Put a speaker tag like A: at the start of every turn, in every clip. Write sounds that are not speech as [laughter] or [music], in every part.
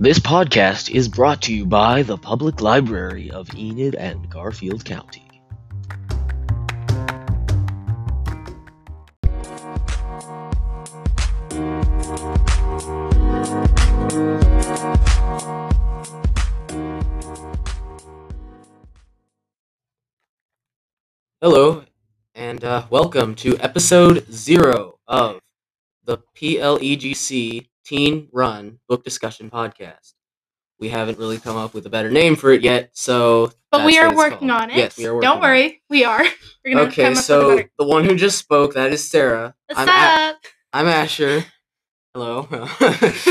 A: This podcast is brought to you by the Public Library of Enid and Garfield County.
B: Hello, and uh, welcome to episode zero of the PLEGC Teen Run Book Discussion Podcast. We haven't really come up with a better name for it yet, so.
C: But we
B: that's what
C: are
B: it's
C: working
B: called.
C: on it.
B: Yes, we are working
C: Don't
B: on it.
C: worry, we are. [laughs] We're gonna come
B: Okay,
C: up
B: so
C: with a
B: the one who just spoke, that is Sarah.
C: better-
B: I'm,
C: what's
B: A-
C: up?
B: I'm Asher. Hello. [laughs]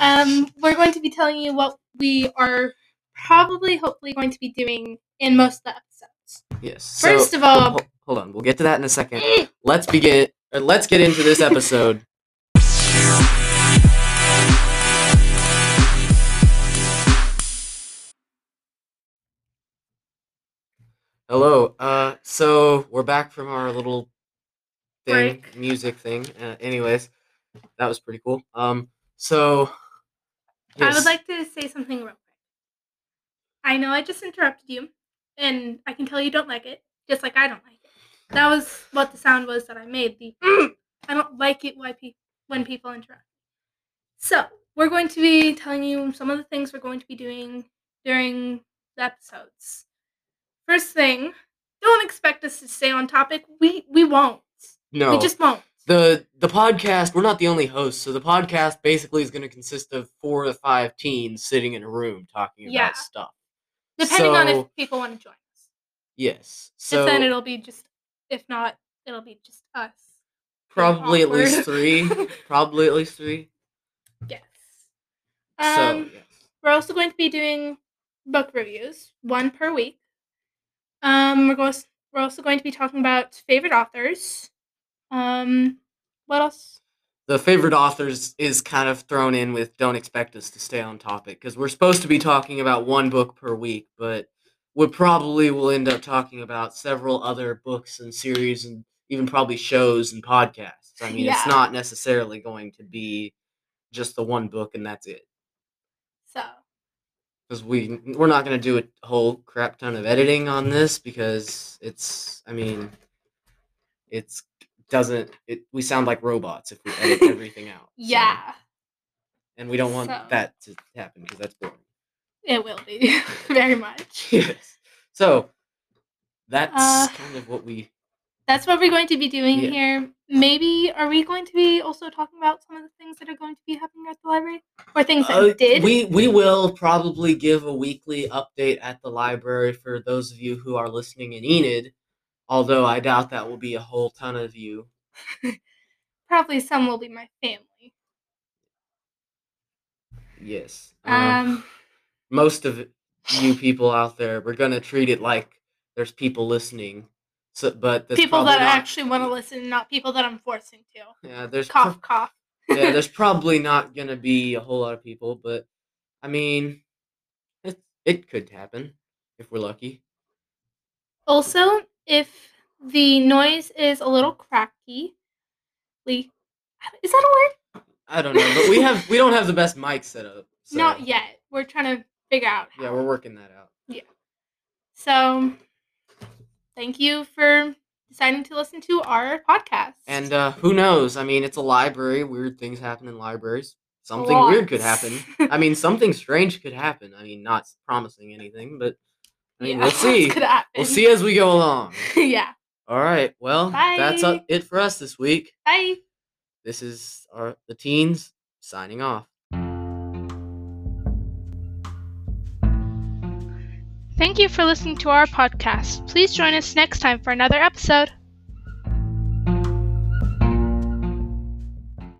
C: Um, we're going to be telling you what we are probably, hopefully, going to be doing in most of the episodes.
B: yes.
C: first
B: so-
C: of all-
B: Oh, ho- hold on. We'll get to that in a second. Let's begin. Or let's get into this episode. Hello. Uh, so we're back from our little thing,
C: Break.
B: music thing. Uh, anyways, that was pretty cool. Um, so
C: I
B: yes,
C: would like to say something real quick. I know I just interrupted you, and I can tell you don't like it, just like I don't like it. That was what the sound was that I made. The "Mm, I don't like it why pe- when people interrupt. So we're going to be telling you some of the things we're going to be doing during the episodes. First thing, don't expect us to stay on topic. We we won't.
B: no.
C: We just won't.
B: the the podcast we're not the only hosts so the podcast basically is going to consist of four to five teens sitting in a room talking
C: Yeah.
B: about stuff
C: Depending on if
B: So-
C: people want to join us.
B: yes
C: if then
B: so
C: it'll be just if not, it'll be just us. being
B: probably at least
C: awkward.
B: three
C: [laughs]
B: probably at least three
C: yes.
B: so
C: Um,
B: yes.
C: we're also going to be doing book reviews, one per week. Um, we're going. We're also going to be talking about favorite authors. Um, what else?
B: the favorite authors is kind of thrown in with don't expect us to stay on topic because we're supposed to be talking about one book per week but we probably will end up talking about several other books and series and even probably shows and podcasts i mean it's
C: Yeah.
B: not necessarily going to be just the one book and that's it
C: So
B: because we we're not going to do a whole crap ton of editing on this because it's i mean it's doesn't it we sound like robots if we edit
C: [laughs]
B: everything out so.
C: yeah,
B: And we don't want
C: So-
B: that to happen because that's boring. [laughs]
C: it will be [laughs] very much.
B: yes. So that's
C: Uh,
B: kind of what we.
C: That's what we're going to be doing
B: Yeah.
C: here. Maybe are we going to be also talking about some of the things that are going to be happening at the library or things that
B: Uh,
C: did?
B: We we will probably give a weekly update at the library for those of you who are listening in Enid. Although I doubt that will be a whole ton of you.
C: Probably some will be my family.
B: Yes.
C: Um,
B: most of you people out there, we're gonna treat it like there's people listening. So, but [laughs] that's
C: people that
B: probably not-
C: actually want to listen, not people that I'm forcing
B: [laughs]
C: to.
B: Yeah, there's pro-
C: Cough, cough.
B: yeah, there's probably not gonna be a whole lot of people, but I mean, it it could happen if we're lucky.
C: Also, if the noise is a little cracky, is that a word?
B: I don't know, but we have we don't have the best mic set up. So,
C: Not yet. We're trying to figure out.
B: Yeah,
C: how.
B: we're working that out.
C: so, thank you for deciding to listen to our podcast.
B: And uh,
C: [laughs]
B: who knows? I mean, it's a library. Weird things happen in libraries. Something weird could
C: [laughs]
B: happen. I mean, something strange could happen. I mean, not promising anything, but I mean,
C: Yeah,
B: we'll
C: [laughs] lots
B: see.
C: could happen.
B: We'll see as we go along.
C: [laughs] yeah.
B: All right. Well, that's uh
C: Bye.
B: it for us this week.
C: Bye.
B: This is our the teens signing off.
C: Thank you for listening to our podcast. Please join us next time for another episode.